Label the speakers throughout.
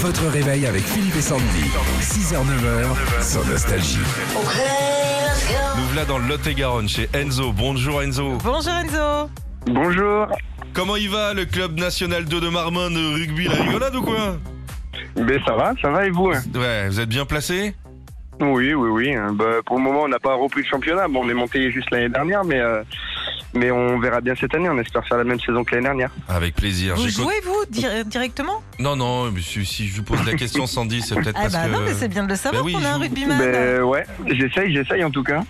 Speaker 1: Votre réveil avec Philippe et Sandy. 6h, 9h, sans nostalgie.
Speaker 2: Nous voilà dans le Lot-et-Garonne chez Enzo. Bonjour Enzo.
Speaker 3: Bonjour Enzo
Speaker 4: Bonjour.
Speaker 2: Comment il va le club national 2 de Marmande de rugby La rigolade ou quoi
Speaker 4: Ben ça va, ça va et vous hein
Speaker 2: Ouais, vous êtes bien placé
Speaker 4: Oui, oui, oui. hein. Bah, pour le moment, on n'a pas repris le championnat. Bon, on est monté juste l'année dernière, mais euh, mais on verra bien cette année. On espère faire la même saison que l'année dernière.
Speaker 2: Avec plaisir.
Speaker 3: Vous
Speaker 2: J'ai con-
Speaker 3: jouez vous dir- directement
Speaker 2: Non, non, mais si, si je vous pose la question Sandy, c'est peut-être
Speaker 3: Ah
Speaker 2: parce
Speaker 3: bah non mais c'est
Speaker 2: que
Speaker 3: bien de le savoir
Speaker 2: oui,
Speaker 3: qu'on
Speaker 2: je
Speaker 3: a un
Speaker 2: joue.
Speaker 3: rugbyman
Speaker 4: Ben ouais, j'essaye, j'essaye en tout cas.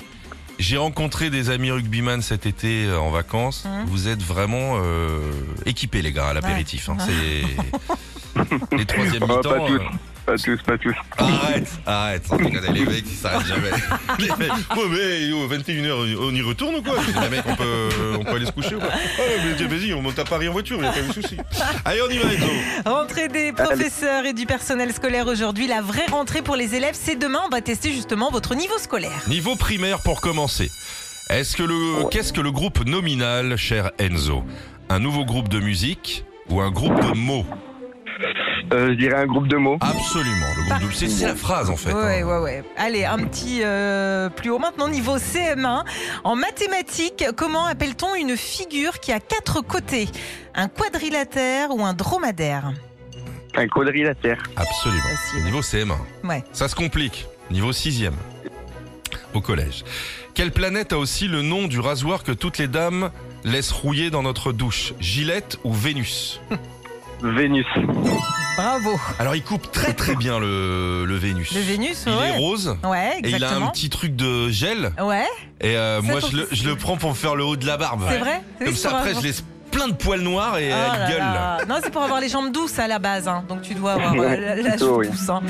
Speaker 2: j'ai rencontré des amis rugbyman cet été euh, en vacances.
Speaker 3: Mhm.
Speaker 2: Vous êtes vraiment euh, équipés les gars à l'apéritif. hein. C'est les troisième
Speaker 4: Oh,
Speaker 2: mi-temps.
Speaker 4: pas tous.
Speaker 2: euh,
Speaker 4: Pas tous, pas tous.
Speaker 2: Arrête, arrête. Regardez, les mecs, ils s'arrêtent jamais. Les mecs, ouais, mais oh, 21h, on y retourne ou quoi Je dis, Les mecs, on peut, on peut aller se coucher ou quoi Ah, ouais, mais vas-y, on monte à Paris en voiture, il n'y a pas de souci. Allez, on y va, Enzo.
Speaker 3: Rentrée des
Speaker 2: Ah,
Speaker 3: professeurs et du personnel scolaire aujourd'hui, la vraie rentrée pour les élèves, c'est demain, on va tester justement votre niveau scolaire.
Speaker 2: Niveau primaire pour commencer. Est-ce que le, qu'est-ce que le groupe nominal, cher Enzo Un nouveau groupe de musique ou un groupe de mots
Speaker 4: Euh, je dirais un groupe de mots.
Speaker 2: Absolument. Le groupe de, c'est, c'est la phrase en fait.
Speaker 3: Ouais,
Speaker 2: hein.
Speaker 3: ouais, ouais. Allez, un petit euh, plus haut maintenant, niveau CM1. En mathématiques, comment appelle-t-on une figure qui a quatre côtés Un quadrilatère ou un dromadaire
Speaker 4: Un quadrilatère.
Speaker 2: Absolument.
Speaker 3: Facile.
Speaker 2: Niveau CM1.
Speaker 3: Ouais.
Speaker 2: Ça se complique. Niveau 6 Au collège. Quelle planète a aussi le nom du rasoir que toutes les dames laissent rouiller dans notre douche Gillette ou Vénus
Speaker 4: Vénus.
Speaker 3: Bravo.
Speaker 2: Alors il coupe très très bien le, le Vénus.
Speaker 3: Le Vénus,
Speaker 2: Il est
Speaker 3: ouais.
Speaker 2: rose.
Speaker 3: Ouais,
Speaker 2: Et il a un
Speaker 3: exactement.
Speaker 2: petit truc de gel.
Speaker 3: Ouais,
Speaker 2: Et euh,
Speaker 3: C'est
Speaker 2: moi
Speaker 3: pour-
Speaker 2: je le, je le prends pour me faire le haut de la barbe.
Speaker 3: c'est vrai. C'est
Speaker 2: Comme ça
Speaker 3: sur un-
Speaker 2: après je laisse plein de poils noirs et
Speaker 3: Oh
Speaker 2: elle
Speaker 3: là
Speaker 2: gueule.
Speaker 3: là. Non, c'est pour avoir les jambes douces à la base. hein. Donc tu dois avoir euh, la, la
Speaker 4: Plutôt,
Speaker 3: joue
Speaker 4: oui.
Speaker 3: douce, hein.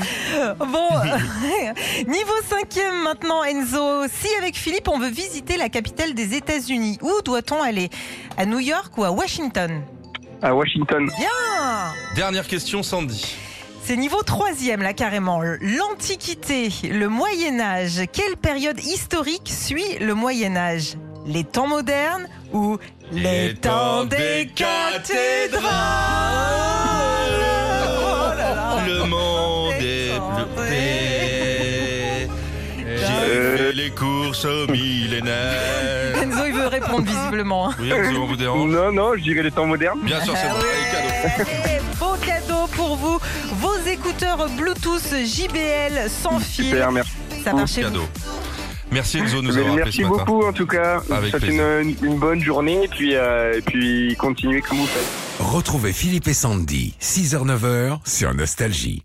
Speaker 3: Bon, euh, niveau cinquième maintenant, Enzo. Si avec Philippe on veut visiter la capitale des États-Unis, où doit-on aller À New York ou à Washington
Speaker 4: À Washington.
Speaker 3: Ah,
Speaker 2: Dernière question Sandy.
Speaker 3: C'est niveau troisième là carrément. L'Antiquité, le Moyen Âge. Quelle période historique suit le Moyen Âge Les temps modernes ou les, temps des cathédrales Oh là là.
Speaker 2: Le monde
Speaker 3: Les
Speaker 2: est
Speaker 3: temps
Speaker 2: bleuté. J'ai
Speaker 4: Euh.
Speaker 2: fait les courses au millénaire.
Speaker 3: Enzo, il veut répondre visiblement. hein.
Speaker 2: Oui, Enzo, on vous dérange.
Speaker 4: Non, non, je dirais les temps modernes.
Speaker 2: Bien sûr, c'est bon.
Speaker 3: Ah
Speaker 2: Allez, cadeau.
Speaker 3: Allez, Eh, beau cadeau pour vous. Vos écouteurs Bluetooth JBL sans fil.
Speaker 4: Super, merci.
Speaker 3: Ça marche chez vous.
Speaker 2: Cadeau. Merci Enzo de nous
Speaker 4: Mais
Speaker 2: avoir appelé ce
Speaker 4: Eh ben, merci
Speaker 2: matin.
Speaker 4: beaucoup en tout cas. Je vous
Speaker 2: Avec
Speaker 4: souhaite une, une bonne journée et puis, euh, et puis continuez comme vous faites.
Speaker 1: Retrouvez Philippe et Sandy, 6h, 9h, sur Nostalgie.